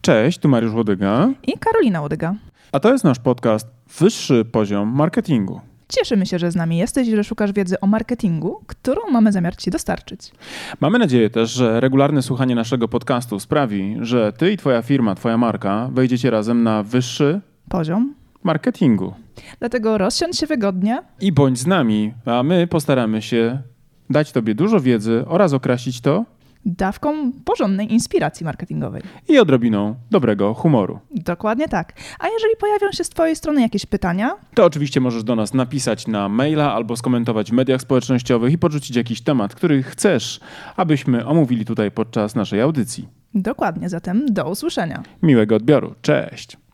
Cześć, tu Mariusz Łodyga, i Karolina Łodyga. a to jest nasz podcast Wyższy Poziom Marketingu. Cieszymy się, że z nami jesteś i że szukasz wiedzy o marketingu, którą mamy zamiar Ci dostarczyć. Mamy nadzieję też, że regularne słuchanie naszego podcastu sprawi, że ty i twoja firma, twoja marka wejdziecie razem na wyższy Poziom. marketingu. Dlatego rozsiądź się wygodnie. I bądź z nami, a my postaramy się dać tobie dużo wiedzy oraz okrasić to dawką porządnej inspiracji marketingowej. i odrobiną dobrego humoru. Dokładnie tak. A jeżeli pojawią się z Twojej strony jakieś pytania, To oczywiście możesz do nas napisać na maila albo skomentować w mediach społecznościowych i porzucić jakiś temat, który chcesz, abyśmy omówili tutaj podczas naszej audycji. dokładnie zatem do usłyszenia. Miłego odbioru. Cześć!